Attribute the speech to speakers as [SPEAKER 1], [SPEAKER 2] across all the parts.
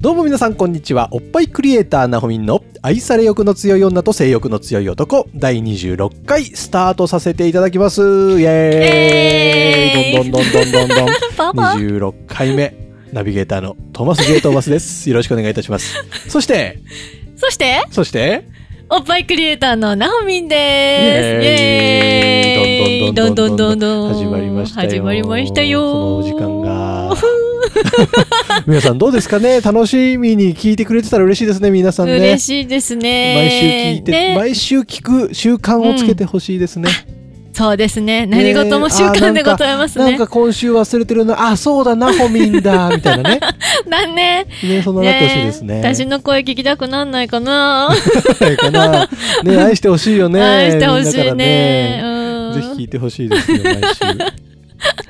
[SPEAKER 1] どうも皆さんこんにちはおっぱいクリエイターなほみんの愛され欲の強い女と性欲の強い男第26回スタートさせていただきますイエーイ
[SPEAKER 2] イエーイ
[SPEAKER 1] どんどんどんどんどんどん
[SPEAKER 2] パパ
[SPEAKER 1] 26回目ナビゲーターのトーマス・ゲートーマスですよろしくお願いいたしますそして
[SPEAKER 2] そして
[SPEAKER 1] そして
[SPEAKER 2] おっぱいクリエイターのなほみんです
[SPEAKER 1] イエーイ
[SPEAKER 2] イエーイどんどんどんどん
[SPEAKER 1] 始まりましたよ
[SPEAKER 2] 始まりましたよ
[SPEAKER 1] そのお時間が皆さんどうですかね楽しみに聞いてくれてたら嬉しいですね皆さんね
[SPEAKER 2] 嬉しいですね
[SPEAKER 1] 毎週聞いて、
[SPEAKER 2] ね
[SPEAKER 1] 毎週聞く習慣をつけてほしいですね、
[SPEAKER 2] そうですね何事も習慣でございます
[SPEAKER 1] なん
[SPEAKER 2] ね
[SPEAKER 1] か今週忘れてるなあそうだなホミンだみたいな ね
[SPEAKER 2] なんね
[SPEAKER 1] ねそんななってほしいですね
[SPEAKER 2] 私の声聞きたくなんないかな
[SPEAKER 1] か なね愛してほしいよね
[SPEAKER 2] 愛してほ
[SPEAKER 1] みん
[SPEAKER 2] し
[SPEAKER 1] なか
[SPEAKER 2] い
[SPEAKER 1] ら
[SPEAKER 2] ね
[SPEAKER 1] ね
[SPEAKER 2] うん
[SPEAKER 1] ぜひ聞いてほしいですよ 毎週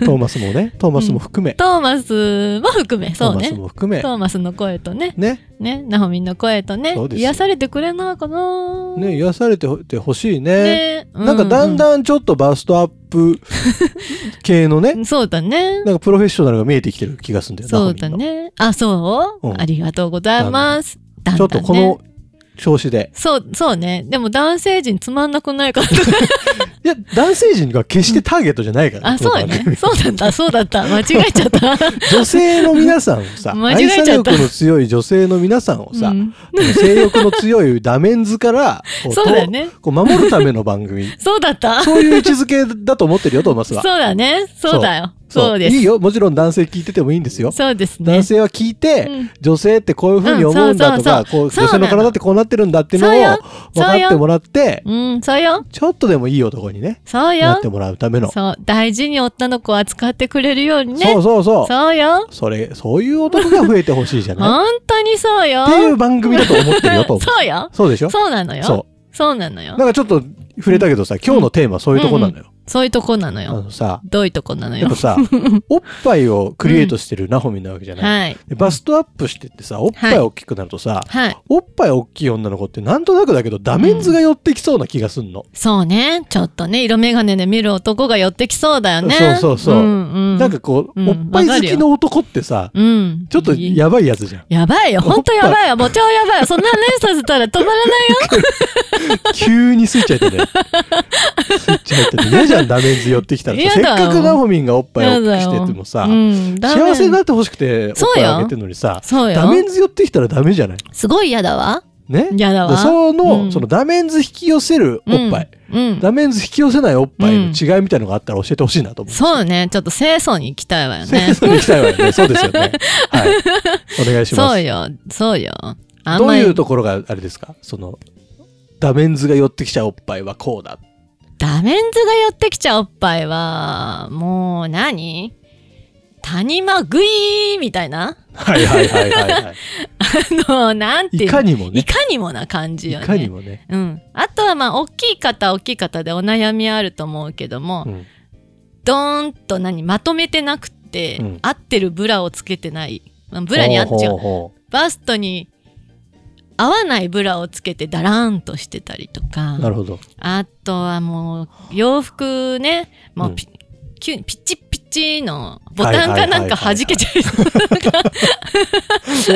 [SPEAKER 1] トーマスもねトーマスも含め、
[SPEAKER 2] トーマスも含め
[SPEAKER 1] ト
[SPEAKER 2] そ
[SPEAKER 1] ー
[SPEAKER 2] う
[SPEAKER 1] マ
[SPEAKER 2] ね
[SPEAKER 1] スも含め
[SPEAKER 2] トーマスの声とね
[SPEAKER 1] ね
[SPEAKER 2] ねなほみんの声とね
[SPEAKER 1] そうですよ
[SPEAKER 2] 癒されてくれないかな
[SPEAKER 1] ね癒されてほしいね
[SPEAKER 2] ね
[SPEAKER 1] なんかだんだんちょっとバストアップ系のね
[SPEAKER 2] そうだね。
[SPEAKER 1] なんかプロフェッショナルが見えてきてる気がするんだよな
[SPEAKER 2] そうだ
[SPEAKER 1] ホミンの
[SPEAKER 2] ね。あ、そう、
[SPEAKER 1] うん
[SPEAKER 2] ありがとうございます。だん
[SPEAKER 1] ち
[SPEAKER 2] だ
[SPEAKER 1] ょっ
[SPEAKER 2] ん
[SPEAKER 1] とこの
[SPEAKER 2] ね、
[SPEAKER 1] 調子で。
[SPEAKER 2] そう、そうね。でも男性陣つまんな くないかな
[SPEAKER 1] いや、男性陣が決してターゲットじゃないから、
[SPEAKER 2] あ、そうや
[SPEAKER 1] この番
[SPEAKER 2] ね。
[SPEAKER 1] 組
[SPEAKER 2] そうだった、そうだった。間違えちゃ った。
[SPEAKER 1] 女性の皆さんを さ、
[SPEAKER 2] 間違
[SPEAKER 1] 愛
[SPEAKER 2] えちゃ
[SPEAKER 1] さ
[SPEAKER 2] った
[SPEAKER 1] れ力の強い女性の皆さんをさ、
[SPEAKER 2] うん
[SPEAKER 1] 性欲の強いダメンズから、こ
[SPEAKER 2] そうだよね
[SPEAKER 1] とこう守るための番組。
[SPEAKER 2] そうだった。そ
[SPEAKER 1] そういう位置づけだと思ってるよ、トーマス
[SPEAKER 2] う
[SPEAKER 1] は。
[SPEAKER 2] だね。そうだよ。そうです
[SPEAKER 1] いいよ、もちろん男性聞いててもいいんですよ。
[SPEAKER 2] そうですね
[SPEAKER 1] 男。性は聞いて、
[SPEAKER 2] うん
[SPEAKER 1] 女性ってこういうふうに思うんだとか、
[SPEAKER 2] うんそうそうそう
[SPEAKER 1] こう女性の
[SPEAKER 2] そうなの
[SPEAKER 1] 体ってこうなってるんだっていうのを
[SPEAKER 2] そうよ
[SPEAKER 1] 分かってもらって、
[SPEAKER 2] うん、そうよ。
[SPEAKER 1] ちょっとでもいい男にね、
[SPEAKER 2] そう
[SPEAKER 1] なっ
[SPEAKER 2] よ
[SPEAKER 1] て。もらうための。
[SPEAKER 2] そう、大事に女の子を扱ってくれるようにね。
[SPEAKER 1] そうそうそう。
[SPEAKER 2] そうよ。
[SPEAKER 1] それ、そういう男が増えてほしいじゃない
[SPEAKER 2] 本当にそうよ。
[SPEAKER 1] っていう番組だと思ってるよ、と思う。
[SPEAKER 2] そうよ。
[SPEAKER 1] そうでしょ
[SPEAKER 2] そうなのよ。
[SPEAKER 1] そ
[SPEAKER 2] そうなのよ
[SPEAKER 1] う。な。んかちょっと触れたけどさ、今日のテーマそういうとこなのよ。
[SPEAKER 2] そういうとこなの
[SPEAKER 1] あ
[SPEAKER 2] よ。
[SPEAKER 1] のさ、
[SPEAKER 2] どういうとこなの
[SPEAKER 1] やっぱ。
[SPEAKER 2] よ
[SPEAKER 1] さ、おっぱいをクリエイトしてるナホミなわけじゃない、
[SPEAKER 2] はい。
[SPEAKER 1] でバストアップしてってさ、おっぱい大きくなるとさ、
[SPEAKER 2] はい。
[SPEAKER 1] おっぱい大きい女の子ってなんとなくだけど、ダメンズが寄ってきそうな気がすんの。
[SPEAKER 2] そうね。ちょっとね、色眼鏡で見る男が寄ってきそうだよね。
[SPEAKER 1] そうそうそう
[SPEAKER 2] うんうん、
[SPEAKER 1] なんか、こう、
[SPEAKER 2] うん
[SPEAKER 1] おっぱい好きの男ってさ、
[SPEAKER 2] うん。
[SPEAKER 1] ちょっと
[SPEAKER 2] や、
[SPEAKER 1] やばいやつじゃん。
[SPEAKER 2] やばいよ。ほんとやばいよ。もう超やばいよ。そんな連鎖したら止まらないよ。
[SPEAKER 1] 急にスイッチ入ってね。スイッチ入ってね。嫌じゃん、ダメンズ寄ってきたらさ。せ
[SPEAKER 2] 嫌
[SPEAKER 1] っ
[SPEAKER 2] だよ
[SPEAKER 1] かくナホミンがおっぱい
[SPEAKER 2] や
[SPEAKER 1] 大
[SPEAKER 2] だ
[SPEAKER 1] きく
[SPEAKER 2] よ
[SPEAKER 1] しててもさ、
[SPEAKER 2] うん、ダメ
[SPEAKER 1] 幸せになってほしくておっぱいあげてるのにさ、
[SPEAKER 2] そうよ
[SPEAKER 1] ダ。メンズ寄ってきたらダメじゃない
[SPEAKER 2] すごい嫌だわ。
[SPEAKER 1] ね
[SPEAKER 2] 嫌だわ。
[SPEAKER 1] その、
[SPEAKER 2] うん
[SPEAKER 1] そのダメンズ引き寄せるおっぱい、
[SPEAKER 2] うん。うん
[SPEAKER 1] ダメンズ引き寄せないおっぱいの違いみたいのがあったら教えてほしいなと思う。
[SPEAKER 2] そうね。ちょっと清楚に行きたいわよ
[SPEAKER 1] 清
[SPEAKER 2] ね。
[SPEAKER 1] 楚に行きたいわよね。 そうですよね。はい。お願いしま
[SPEAKER 2] そう
[SPEAKER 1] す。
[SPEAKER 2] よ。そうよ。あん
[SPEAKER 1] どう
[SPEAKER 2] まり
[SPEAKER 1] いうところがあれですかその、ダメンズが寄ってきちゃうおっぱいはこうだ。
[SPEAKER 2] ダメンズが寄ってきちゃうおっぱいは、もう何谷間ぐいーみたいな
[SPEAKER 1] はいはいはいはい、は
[SPEAKER 2] あの、なんて
[SPEAKER 1] い。
[SPEAKER 2] いう
[SPEAKER 1] い
[SPEAKER 2] の
[SPEAKER 1] かにもね
[SPEAKER 2] い。かにもな感じ
[SPEAKER 1] い
[SPEAKER 2] よね。
[SPEAKER 1] かにもね。
[SPEAKER 2] うん、あとはまあ大きい方は大きい方でお悩みあると思うけども、
[SPEAKER 1] うん
[SPEAKER 2] ドーンと何まとめてなくって、
[SPEAKER 1] うん
[SPEAKER 2] 合ってるブラをつけてない、まあブラに合っちゃ
[SPEAKER 1] ほう
[SPEAKER 2] う
[SPEAKER 1] ほう
[SPEAKER 2] バストに合わないブラをつけてだらーんとしてたりとか
[SPEAKER 1] ほうなるほど。
[SPEAKER 2] あとはもう洋服ねも
[SPEAKER 1] うん
[SPEAKER 2] うピ,、キュンピッチピッチのボタンかなんか弾けちゃう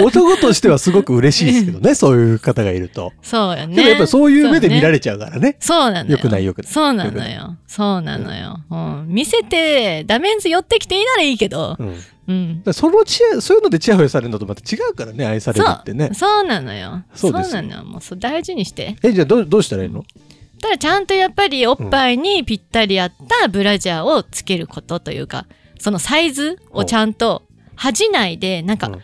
[SPEAKER 1] 男としてはすごく嬉しいですけどね、そういう方がいると。
[SPEAKER 2] そう
[SPEAKER 1] で
[SPEAKER 2] よ
[SPEAKER 1] もやっ
[SPEAKER 2] ね
[SPEAKER 1] ぱそういう目で見ら
[SPEAKER 2] れ
[SPEAKER 1] れちゃうからね。
[SPEAKER 2] そうなの
[SPEAKER 1] よくないよくない
[SPEAKER 2] そうなのよ。そうなのよ。うん、見せて、ダメンズ寄ってきていいならいいけど
[SPEAKER 1] う、ん。だか
[SPEAKER 2] うん。
[SPEAKER 1] らそのちや、そういうのでチヤホヤされるのとまた違うからね、愛され
[SPEAKER 2] そ
[SPEAKER 1] るってね
[SPEAKER 2] う、。そうなのよ。
[SPEAKER 1] そ
[SPEAKER 2] そうう
[SPEAKER 1] です
[SPEAKER 2] なのよ。もうそう大事にして。
[SPEAKER 1] え、じゃあどうどうしたらいいの
[SPEAKER 2] ただちゃんとやっぱりおっぱいにぴったり合ったブラジャーをつけることというか、そのサイズをちゃんと恥じないで、なん
[SPEAKER 1] う
[SPEAKER 2] か
[SPEAKER 1] ん、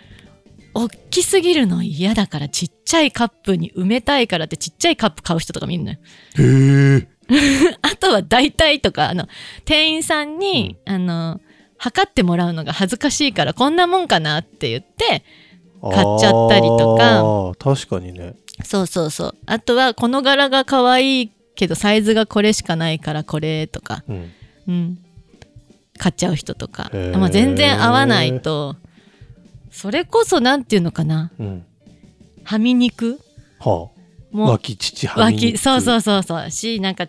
[SPEAKER 2] 大きすぎるの嫌だからちっちゃいカップに埋めたいからってちっちゃいカップ買う人とか見るのよ。
[SPEAKER 1] へえ。
[SPEAKER 2] あとは大体とか、あの、店員さんに、あの、測ってもらうのが恥ずかしいからこんなもんかなって言って買っちゃったりとか
[SPEAKER 1] あー確かにね
[SPEAKER 2] そうそうそうあとはこの柄が可愛いけどサイズがこれしかないからこれとか、
[SPEAKER 1] うん
[SPEAKER 2] うん、買っちゃう人とか
[SPEAKER 1] へ、ー
[SPEAKER 2] まあ、全然合わないとそれこそ何ていうのかな
[SPEAKER 1] うん
[SPEAKER 2] はみ肉
[SPEAKER 1] はあ
[SPEAKER 2] も
[SPEAKER 1] 脇父はみ、
[SPEAKER 2] 脇そうそううそうそうしなんか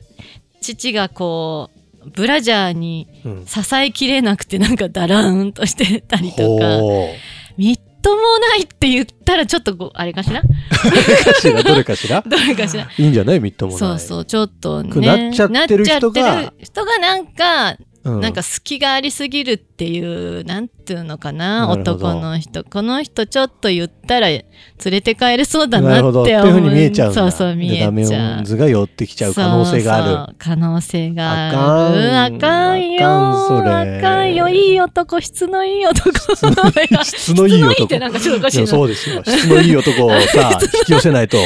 [SPEAKER 2] 父がこうブラジャーに
[SPEAKER 1] うん、
[SPEAKER 2] 支えきれなくてなんかだらーんとしてたりとか
[SPEAKER 1] ほ
[SPEAKER 2] みっともないって言ったらちょっとごあれかしら
[SPEAKER 1] うどれかしらどれかしら
[SPEAKER 2] どれかしら
[SPEAKER 1] いいんじゃないみっともない
[SPEAKER 2] そうそうちょっと
[SPEAKER 1] く
[SPEAKER 2] ね
[SPEAKER 1] なっちゃってる人が
[SPEAKER 2] なっちゃってる人がなんか、
[SPEAKER 1] うん、
[SPEAKER 2] なんか隙がありすぎるっていうなんていうのかな
[SPEAKER 1] なるほど
[SPEAKER 2] 男の人この人ちょっと言ったら連れて帰れそうだな
[SPEAKER 1] るほど
[SPEAKER 2] って
[SPEAKER 1] っていう
[SPEAKER 2] 思
[SPEAKER 1] ふうに見えちゃうんだ
[SPEAKER 2] そうそう見えちゃう
[SPEAKER 1] でダメオンズが寄ってきちゃう可能性がある
[SPEAKER 2] そうそう可能性がある
[SPEAKER 1] あかん
[SPEAKER 2] あかんよ
[SPEAKER 1] あかんそれ
[SPEAKER 2] あかんよいい男質のいい男質
[SPEAKER 1] 質のいい男
[SPEAKER 2] ってなんかちょっとおかしい
[SPEAKER 1] い
[SPEAKER 2] な
[SPEAKER 1] やそうですよ質のいい男を さ引き寄せないと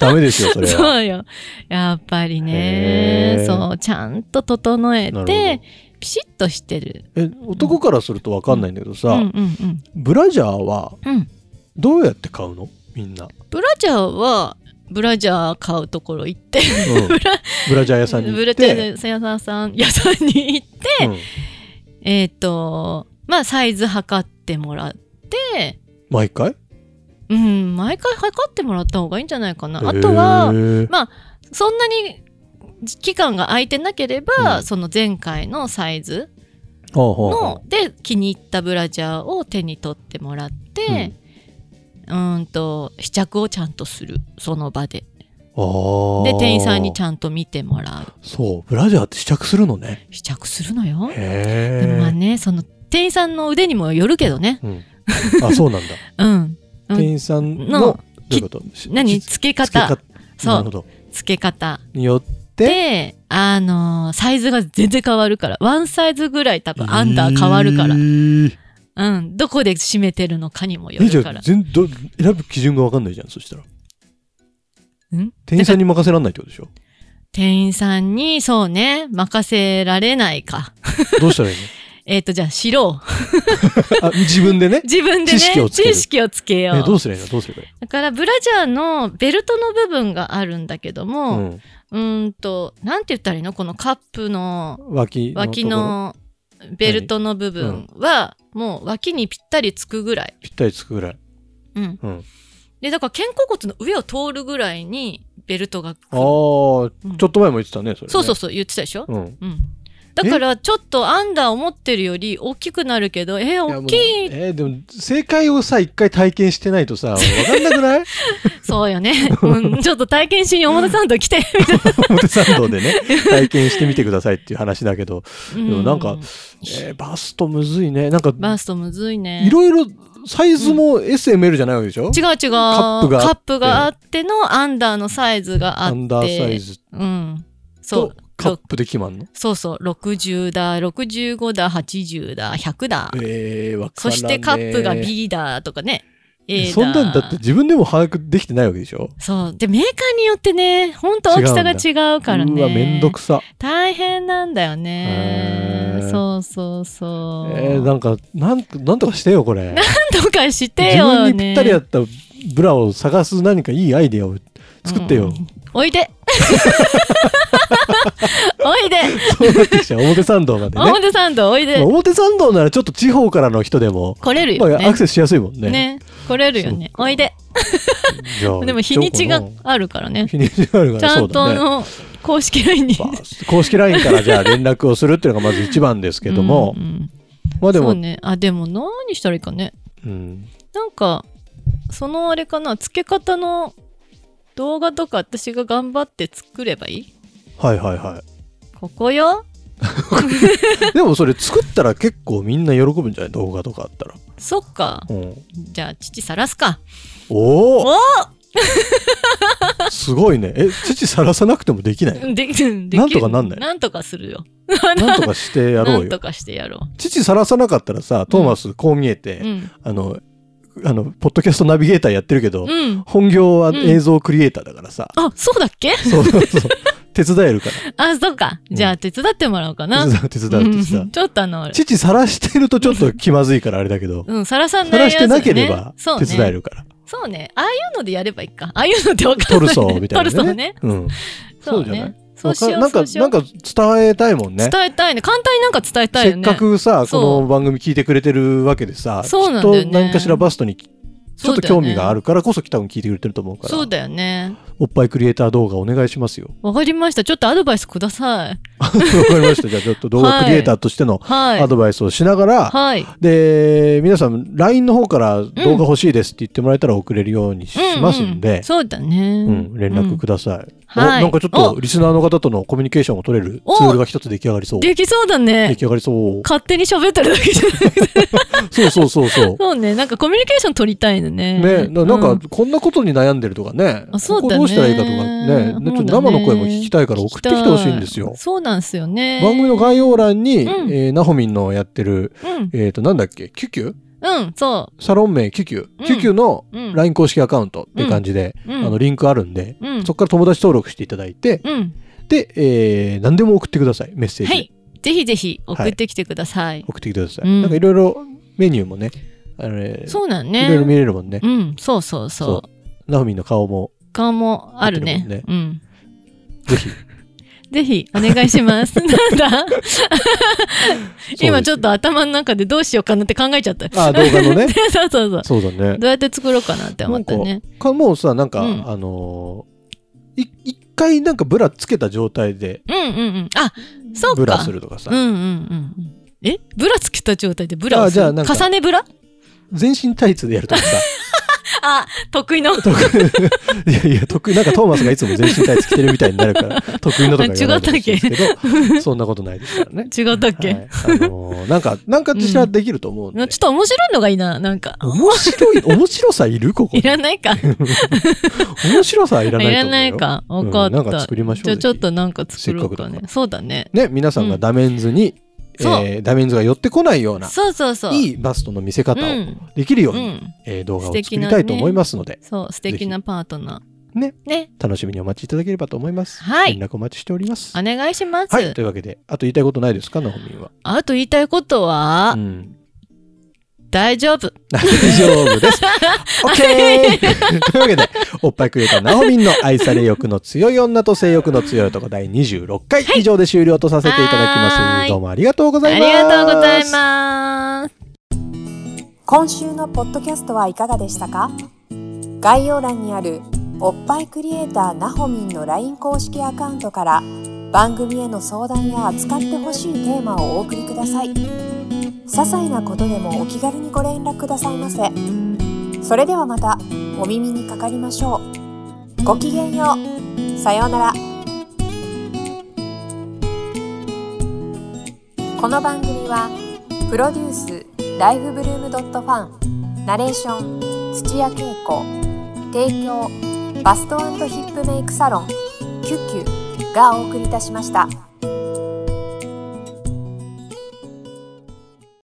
[SPEAKER 1] ダメですよそれは
[SPEAKER 2] そうよやっぱり
[SPEAKER 1] へ
[SPEAKER 2] ね
[SPEAKER 1] ー
[SPEAKER 2] そうちゃんと整え
[SPEAKER 1] なるほど
[SPEAKER 2] てピシッとしてる
[SPEAKER 1] え男からすると分かんないんだけどさ、
[SPEAKER 2] うんうんうん
[SPEAKER 1] ブラジャーは
[SPEAKER 2] うん
[SPEAKER 1] どうやって買うのみんな、
[SPEAKER 2] ブラジャーはブラジャー買うところ行って
[SPEAKER 1] うんブラジャー屋さんに
[SPEAKER 2] ブ
[SPEAKER 1] 行
[SPEAKER 2] ラ
[SPEAKER 1] っ
[SPEAKER 2] ジャ
[SPEAKER 1] て、
[SPEAKER 2] ーの屋さんさん屋さんに行って
[SPEAKER 1] うん
[SPEAKER 2] えっ、とまあサイズ測ってもらって
[SPEAKER 1] 毎回
[SPEAKER 2] うん毎回測ってもらった方がいいんじゃないかなあ
[SPEAKER 1] へー
[SPEAKER 2] とはそんなに期間が空いてなければ、
[SPEAKER 1] うん
[SPEAKER 2] その前回のサイズ
[SPEAKER 1] ほうほう
[SPEAKER 2] の
[SPEAKER 1] ほ
[SPEAKER 2] で気に入ったブラジャーを手に取ってもらって、うーんと試着をちゃんとするその場で
[SPEAKER 1] うあー
[SPEAKER 2] で店員さんにちゃんと見てもらう
[SPEAKER 1] そうブラジャーって試着するのね
[SPEAKER 2] 試着するのよ
[SPEAKER 1] へ
[SPEAKER 2] で
[SPEAKER 1] え
[SPEAKER 2] もまあねその店員さんの腕にもよるけどね
[SPEAKER 1] うん、あそうなんだ
[SPEAKER 2] うんうん
[SPEAKER 1] 店員さんの
[SPEAKER 2] の
[SPEAKER 1] どういうこと
[SPEAKER 2] 何
[SPEAKER 1] つ
[SPEAKER 2] つけ
[SPEAKER 1] つけ
[SPEAKER 2] 方
[SPEAKER 1] な
[SPEAKER 2] そ
[SPEAKER 1] るほ
[SPEAKER 2] う
[SPEAKER 1] ど
[SPEAKER 2] つけ方
[SPEAKER 1] によって
[SPEAKER 2] であのーサイズが全然変わるからワンサイズぐらい多分アンダー変わるから
[SPEAKER 1] え、ー
[SPEAKER 2] うんどこで締めてるのかにもよ
[SPEAKER 1] えじゃ
[SPEAKER 2] るか
[SPEAKER 1] あ
[SPEAKER 2] ら
[SPEAKER 1] 全ど選ぶ基準が分かんないじゃんそしたら
[SPEAKER 2] ん
[SPEAKER 1] 店員さんに任せられないってことでし ょ
[SPEAKER 2] 店員さんにそうね任せられないか
[SPEAKER 1] どうしたらいい
[SPEAKER 2] えっ、とじゃあ知ろう
[SPEAKER 1] のあ自分でね
[SPEAKER 2] 自分でね
[SPEAKER 1] 知識をつける
[SPEAKER 2] 知識をつけよう
[SPEAKER 1] えどうすればいいのどうすればいい
[SPEAKER 2] だからブラジャーのベルトの部分があるんだけど
[SPEAKER 1] の
[SPEAKER 2] も、うーんとなんて言ったらいいのこのカップの
[SPEAKER 1] うん脇の
[SPEAKER 2] 脇
[SPEAKER 1] ところ
[SPEAKER 2] のベルトの部分はもう脇にぴったりつくぐらい、
[SPEAKER 1] ぴったりつくぐらい
[SPEAKER 2] うん
[SPEAKER 1] うん
[SPEAKER 2] でだから肩甲骨の上を通るぐらいにベルトが来る
[SPEAKER 1] ああー
[SPEAKER 2] うん
[SPEAKER 1] ちょっと前も言ってたねそれね
[SPEAKER 2] そうそうそう言ってたでしょ、
[SPEAKER 1] うん
[SPEAKER 2] うんだからちょっとアンダー思ってるより大きくなるけどえー、
[SPEAKER 1] やも
[SPEAKER 2] 大
[SPEAKER 1] う
[SPEAKER 2] きい
[SPEAKER 1] えーでも正解をさ一回体験してないとさ分かんなく ない
[SPEAKER 2] そうよね、 うん、ちょっと体験しに表参道来てみたいな
[SPEAKER 1] 表参道でね体験してみてくださいっていう話だけど、
[SPEAKER 2] う
[SPEAKER 1] でもなんか、えーバストむずいねなんか
[SPEAKER 2] バーストむずいね
[SPEAKER 1] いろいろサイズも SML じゃないわけでしょ、
[SPEAKER 2] 違う違う
[SPEAKER 1] カップがあって
[SPEAKER 2] カップがあってのアンダーのサイズがあ
[SPEAKER 1] ア
[SPEAKER 2] って
[SPEAKER 1] ンダーサイズ
[SPEAKER 2] うんそ
[SPEAKER 1] と
[SPEAKER 2] う
[SPEAKER 1] カップで決まんの
[SPEAKER 2] そうそう60だ65だ80だ100だ
[SPEAKER 1] えー、わから
[SPEAKER 2] そ
[SPEAKER 1] ねえ
[SPEAKER 2] してカップが B だとかね A だ
[SPEAKER 1] そんなんだって自分でも把握できてないわけでしょ
[SPEAKER 2] そうでメーカーによってねほんと大きさが違うからね
[SPEAKER 1] うわめんどくさ
[SPEAKER 2] 大変なんだよ
[SPEAKER 1] へ
[SPEAKER 2] ね
[SPEAKER 1] ー
[SPEAKER 2] そうそうそう、
[SPEAKER 1] えー、なんかなんかなんとかしてよこれ
[SPEAKER 2] なんとかして
[SPEAKER 1] 自
[SPEAKER 2] よ、ね、
[SPEAKER 1] 分にぴったり合ったブラを探す何かいいアイデアを作ってよ、
[SPEAKER 2] うんお いでおいで
[SPEAKER 1] そうなってきちゃう表参道までね、
[SPEAKER 2] 表参道おい
[SPEAKER 1] まあ
[SPEAKER 2] で
[SPEAKER 1] 表参道ならちょっと地方からの人でも、
[SPEAKER 2] 来れる
[SPEAKER 1] ま
[SPEAKER 2] よ
[SPEAKER 1] あ、ア
[SPEAKER 2] ね
[SPEAKER 1] クセスしやすいもんね
[SPEAKER 2] ね来れるよね
[SPEAKER 1] そうか
[SPEAKER 2] おいで
[SPEAKER 1] じゃあ
[SPEAKER 2] でも日にちが
[SPEAKER 1] 行っちゃおうか
[SPEAKER 2] あるからね
[SPEAKER 1] な日にちがあるか
[SPEAKER 2] ち
[SPEAKER 1] ら
[SPEAKER 2] ゃ
[SPEAKER 1] そうん
[SPEAKER 2] と
[SPEAKER 1] だ
[SPEAKER 2] あ
[SPEAKER 1] ね
[SPEAKER 2] の公式 LINE に
[SPEAKER 1] まあ公式 LINE からじゃあ連絡をするっていうのがまず一番 ですけども、
[SPEAKER 2] うんうん
[SPEAKER 1] まあで
[SPEAKER 2] そ
[SPEAKER 1] も
[SPEAKER 2] うねあでも何したらいいかね
[SPEAKER 1] うん
[SPEAKER 2] なんかそのあれかな付け方の動画とか私が頑張って作ればいい
[SPEAKER 1] はいはいは
[SPEAKER 2] ここよ
[SPEAKER 1] いでもそれ作ったら結構みんな喜ぶんじゃない動画とかあったら、
[SPEAKER 2] そっか
[SPEAKER 1] うん、
[SPEAKER 2] じゃあ父さらすか
[SPEAKER 1] お
[SPEAKER 2] お
[SPEAKER 1] おすごいねえ父さらさなくてもできない
[SPEAKER 2] でできる
[SPEAKER 1] なんとかなんない
[SPEAKER 2] なんとかするよ
[SPEAKER 1] なんとかしてやろ
[SPEAKER 2] な
[SPEAKER 1] うんよ
[SPEAKER 2] とかしてやろ
[SPEAKER 1] 父さらさなかったらさトーマスこう見えて、
[SPEAKER 2] ううん
[SPEAKER 1] あのあのポッドキャストナビゲーターやってるけど、
[SPEAKER 2] うん
[SPEAKER 1] 本業は
[SPEAKER 2] うん
[SPEAKER 1] 映像クリエイターだからさ、
[SPEAKER 2] あそうだっけ
[SPEAKER 1] そうそうそう手伝えるか
[SPEAKER 2] あ、そっか。じゃ
[SPEAKER 1] う
[SPEAKER 2] あ手伝ってもらおうかな。
[SPEAKER 1] ら。手伝う、手伝う、手
[SPEAKER 2] う
[SPEAKER 1] 伝
[SPEAKER 2] ん
[SPEAKER 1] う。
[SPEAKER 2] ちょっとあの、
[SPEAKER 1] 父さらしてるとちょっと気まずいからあれだけ ど、
[SPEAKER 2] うん、さらさん
[SPEAKER 1] さらしてなけれ
[SPEAKER 2] やつ
[SPEAKER 1] ば
[SPEAKER 2] ねそう
[SPEAKER 1] 手
[SPEAKER 2] ね。
[SPEAKER 1] 伝えるから。
[SPEAKER 2] そうね。ああいうのでやればいいか。ああいうのってわか
[SPEAKER 1] ト
[SPEAKER 2] ん
[SPEAKER 1] ル
[SPEAKER 2] ない。
[SPEAKER 1] ソーみたいなね。
[SPEAKER 2] トルソーね。
[SPEAKER 1] うん。そうじゃない。
[SPEAKER 2] そうしよう。
[SPEAKER 1] なん
[SPEAKER 2] そ
[SPEAKER 1] か
[SPEAKER 2] う、しよ
[SPEAKER 1] な
[SPEAKER 2] うん
[SPEAKER 1] か伝えたいもんね。
[SPEAKER 2] 伝えたいね。簡単になんか伝えた
[SPEAKER 1] せ
[SPEAKER 2] いよ
[SPEAKER 1] っ
[SPEAKER 2] ね。
[SPEAKER 1] かくさ、こ
[SPEAKER 2] そう
[SPEAKER 1] の番組聞いてくれてるわけでさ、
[SPEAKER 2] そうなんだよね
[SPEAKER 1] きっと何かしらバストにちょっと興味があ
[SPEAKER 2] る
[SPEAKER 1] るからこそ多分聞いてくれてると思うから、
[SPEAKER 2] そうだよね。
[SPEAKER 1] おっぱいクリエイター動画お願いし ますよ。
[SPEAKER 2] わかりました。ちょっとアドバイスください。
[SPEAKER 1] わかりました。じゃあちょっと動画クリエイターとしての
[SPEAKER 2] はい。
[SPEAKER 1] アドバイスをしながら、
[SPEAKER 2] はい。
[SPEAKER 1] で、皆さん LINE の方から動画欲しいですって言ってもらえたら送れるようにしますん
[SPEAKER 2] うう
[SPEAKER 1] で、
[SPEAKER 2] そうだね。
[SPEAKER 1] うん連絡ください、お
[SPEAKER 2] はい
[SPEAKER 1] なんかちょっとリスナーの方とのコミュニケーションを取れるツールが一つ出来上がりそう。
[SPEAKER 2] うんできそうだ
[SPEAKER 1] 出
[SPEAKER 2] ね
[SPEAKER 1] 来。上がりそう。
[SPEAKER 2] 勝手に喋ってるだけじゃない。
[SPEAKER 1] そうそうそうそう。
[SPEAKER 2] そうね。なんかコミュニケーション取りたいのね。
[SPEAKER 1] ね、ななん
[SPEAKER 2] う
[SPEAKER 1] かこんなことに悩んでるとかね、
[SPEAKER 2] あそうだ
[SPEAKER 1] ここ
[SPEAKER 2] ね
[SPEAKER 1] どうしたらいいかとかね、
[SPEAKER 2] そう
[SPEAKER 1] ね
[SPEAKER 2] だ
[SPEAKER 1] ち
[SPEAKER 2] ね
[SPEAKER 1] ょっと生の声も聞きたいから送ってきてほしいんですよ。
[SPEAKER 2] そうなんですよね。
[SPEAKER 1] 番組の概要欄に、
[SPEAKER 2] うん
[SPEAKER 1] えーナホミンのやってる、
[SPEAKER 2] うん。
[SPEAKER 1] えっ、と、なんだっけ、キュキュ
[SPEAKER 2] うん、そ
[SPEAKER 1] サロン名キュキュ、
[SPEAKER 2] うん
[SPEAKER 1] キュキュの
[SPEAKER 2] う。うん。
[SPEAKER 1] LINE 公式アカウントっていう感じで、
[SPEAKER 2] う
[SPEAKER 1] あの、
[SPEAKER 2] ん。
[SPEAKER 1] リンクあるんで、
[SPEAKER 2] うん
[SPEAKER 1] そこから友達登録していただいて、
[SPEAKER 2] うん。
[SPEAKER 1] で、えー何でも送ってください、メッセージ。
[SPEAKER 2] はい。ぜひぜひ送ってきてください。
[SPEAKER 1] 送ってきてください。
[SPEAKER 2] うん
[SPEAKER 1] なんかいろいろメニューもね、あのね
[SPEAKER 2] そうなん
[SPEAKER 1] い
[SPEAKER 2] ね。
[SPEAKER 1] ろいろ見れるもんね。
[SPEAKER 2] うん、そうそうそ
[SPEAKER 1] そナホミンの顔も
[SPEAKER 2] う。顔もあるね。
[SPEAKER 1] 入って
[SPEAKER 2] うん。
[SPEAKER 1] ぜひ。
[SPEAKER 2] ぜひお願いし ます。なんだ 今ち
[SPEAKER 1] と。
[SPEAKER 2] ょっと頭の中でどうしようかなって考えちゃった。。
[SPEAKER 1] あ、動画のね
[SPEAKER 2] そうそうそう。
[SPEAKER 1] そうだね。
[SPEAKER 2] どうやって作ろうかなって思ったね。
[SPEAKER 1] かもうさなんか、
[SPEAKER 2] うん
[SPEAKER 1] あのーい一回なんかブラつけた状態で
[SPEAKER 2] うんうんうん。あ、そうか。
[SPEAKER 1] ブラするとかさ
[SPEAKER 2] うんうんうんうん。えブラつけた状態でブラをす
[SPEAKER 1] あ
[SPEAKER 2] る
[SPEAKER 1] じゃあなんか
[SPEAKER 2] 重ねブラ
[SPEAKER 1] 全身タイツでやるとかさ
[SPEAKER 2] あ、得意の。
[SPEAKER 1] 得意いやいや得意なんかトーマスがいつも全身タイツ着てるみたいになる から得意のとか言わないでほしいんですけどそんなことないですからね。
[SPEAKER 2] 違ったっけ、
[SPEAKER 1] はいあのーなんかなんかしらできると思うんで、
[SPEAKER 2] なちょっと面白いのがいいな、なんか。
[SPEAKER 1] 面白い面白さいるここ
[SPEAKER 2] いらないか。い
[SPEAKER 1] 面白さはいらないと思
[SPEAKER 2] ら
[SPEAKER 1] うよ
[SPEAKER 2] ないか。わかっ
[SPEAKER 1] うん、なんか
[SPEAKER 2] た。
[SPEAKER 1] 作りましょう
[SPEAKER 2] じゃあちょっ
[SPEAKER 1] ぜ
[SPEAKER 2] となんか作ろう
[SPEAKER 1] せっか
[SPEAKER 2] か
[SPEAKER 1] くだ
[SPEAKER 2] ね
[SPEAKER 1] か。ら
[SPEAKER 2] そうだね。
[SPEAKER 1] ひね皆さんがダメンズに、
[SPEAKER 2] うん
[SPEAKER 1] えーダメンズが寄ってこないような
[SPEAKER 2] そうそうそう。
[SPEAKER 1] いいバストの見せ
[SPEAKER 2] う
[SPEAKER 1] 方を
[SPEAKER 2] ん。
[SPEAKER 1] できるよう
[SPEAKER 2] う
[SPEAKER 1] に、
[SPEAKER 2] ん。
[SPEAKER 1] えー動画を作
[SPEAKER 2] 素敵
[SPEAKER 1] り
[SPEAKER 2] な
[SPEAKER 1] たいと思いますので、
[SPEAKER 2] そう、素敵なパートナー。
[SPEAKER 1] ね。
[SPEAKER 2] ね。
[SPEAKER 1] 楽しみにお待ちいただければと思います。
[SPEAKER 2] はい
[SPEAKER 1] 連絡お待ちしております。
[SPEAKER 2] お願いします。
[SPEAKER 1] はい。というわけで、あと言いたいことないですか、ナホミンは。
[SPEAKER 2] あと言いたいことは、
[SPEAKER 1] うん。
[SPEAKER 2] 大丈夫。
[SPEAKER 1] 大丈夫 です。OK! というわけで、おっぱいくれたナホミンの愛され欲の強い女と性欲の強い男第26回以上で終了とさせていただきます。
[SPEAKER 2] はい
[SPEAKER 1] どうもありがとうご
[SPEAKER 2] あ
[SPEAKER 1] ざい
[SPEAKER 2] り
[SPEAKER 1] ます。
[SPEAKER 2] がとうございます。
[SPEAKER 3] 今週のポッドキャストはいかがでしたか概要欄にあるおっぱいクリエイターなほみんの LINE 公式アカウントから番組への相談や扱ってほしいテーマをお送りください些細なことでもお気軽にご連絡くださいませそれではまたお耳にかかりましょうごきげんようさようならこの番組は「プロデュースライフブルームドットファンナレーション土屋恵子提供バストヒップメイクサロン「キュッキュ」がお送りいたしました。